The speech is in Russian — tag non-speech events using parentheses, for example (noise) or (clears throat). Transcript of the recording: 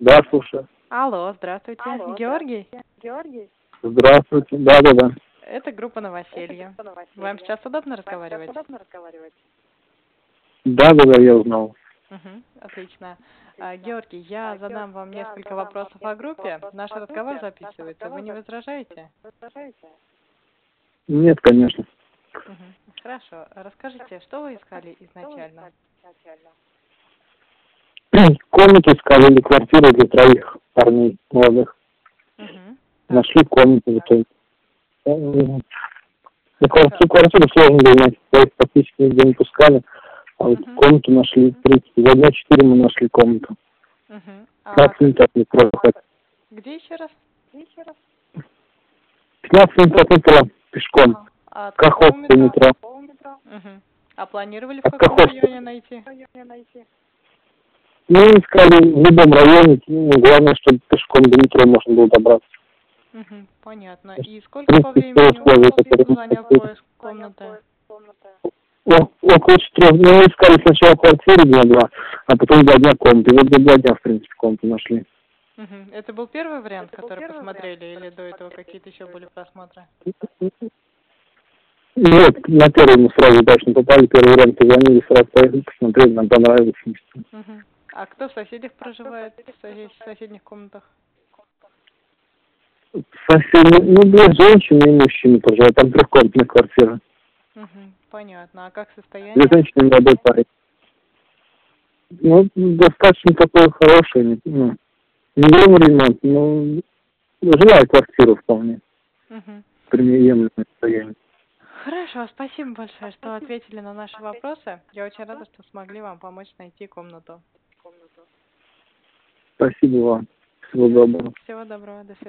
Да, слушаю. Алло, здравствуйте. Алло, Георгий, Георгий, Здравствуйте. Да, да, да. это группа новоселья. это Новоселье. Вам сейчас удобно Вам сейчас разговаривать? удобно разговаривать? Да, да, да, я узнал. Мгм, отлично. А, Георгий, А, я задам Георгий, вам я несколько задам вам вопросов о несколько группе. вопросов Наш о разговор группе. Наш записывается. Вы не разговор возражаете? Вы возражаете? Нет, конечно. (clears throat) Мгм. Хорошо. Расскажите, что вы искали Что вы изначально? искали изначально? Комнату искали или квартиру для троих парней молодых. Мгм. Нашли комнату в итоге. Э, ну, квартиру, квартиру сложно было найти, я их практически нигде не пускали. А вот Мгм. комнату нашли, в принципе, за дня четыре мы нашли комнату. Мгм. А Пятнадцать минут от метро. где еще раз? Еще раз. Пятнадцать минут от метро А. пешком. От какого Каховское метро? метро. Полметра. Мгм. А планировали в От каком Каховского. районе найти? Что ее мне найти? Мы искали Ну, в любом районе, ну, главное, чтобы пешком до метро можно было добраться. Мгм. Понятно. То И сколько по принципе, времени все условия, у которые вас мы занял хотели. поиск комнаты? Понял, Комната. О- Около четырех. Ну, мы искали сначала квартиру для два, а потом для дня комнаты. Вот для дня, в принципе, комнату нашли. Мгм. Это был первый вариант, Это был который первый посмотрели, вариант, или который до этого посмотрели, какие-то еще до были просмотры? Нет, на первый мы сразу удачно попали, первый вариант позвонили, сразу поехали, посмотрели, нам понравилось. в принципе. Мгм. А кто в соседях проживает, в сосе- в соседних комнатах? Соседи, ну, две женщины и мужчины проживают, там трехкомнатная квартира. Мгм. Понятно. А как Две состояние? женщины и молодой парень. Ну, достаточно такое хорошее, ну, не дом ремонт, но жилая квартира вполне Мгм. приемлемое состояние. Хорошо, спасибо большое, что ответили на наши вопросы. Я очень рада, что смогли вам помочь найти комнату. Комната. Спасибо вам. Всего доброго. Ну. Всего доброго, до свидания.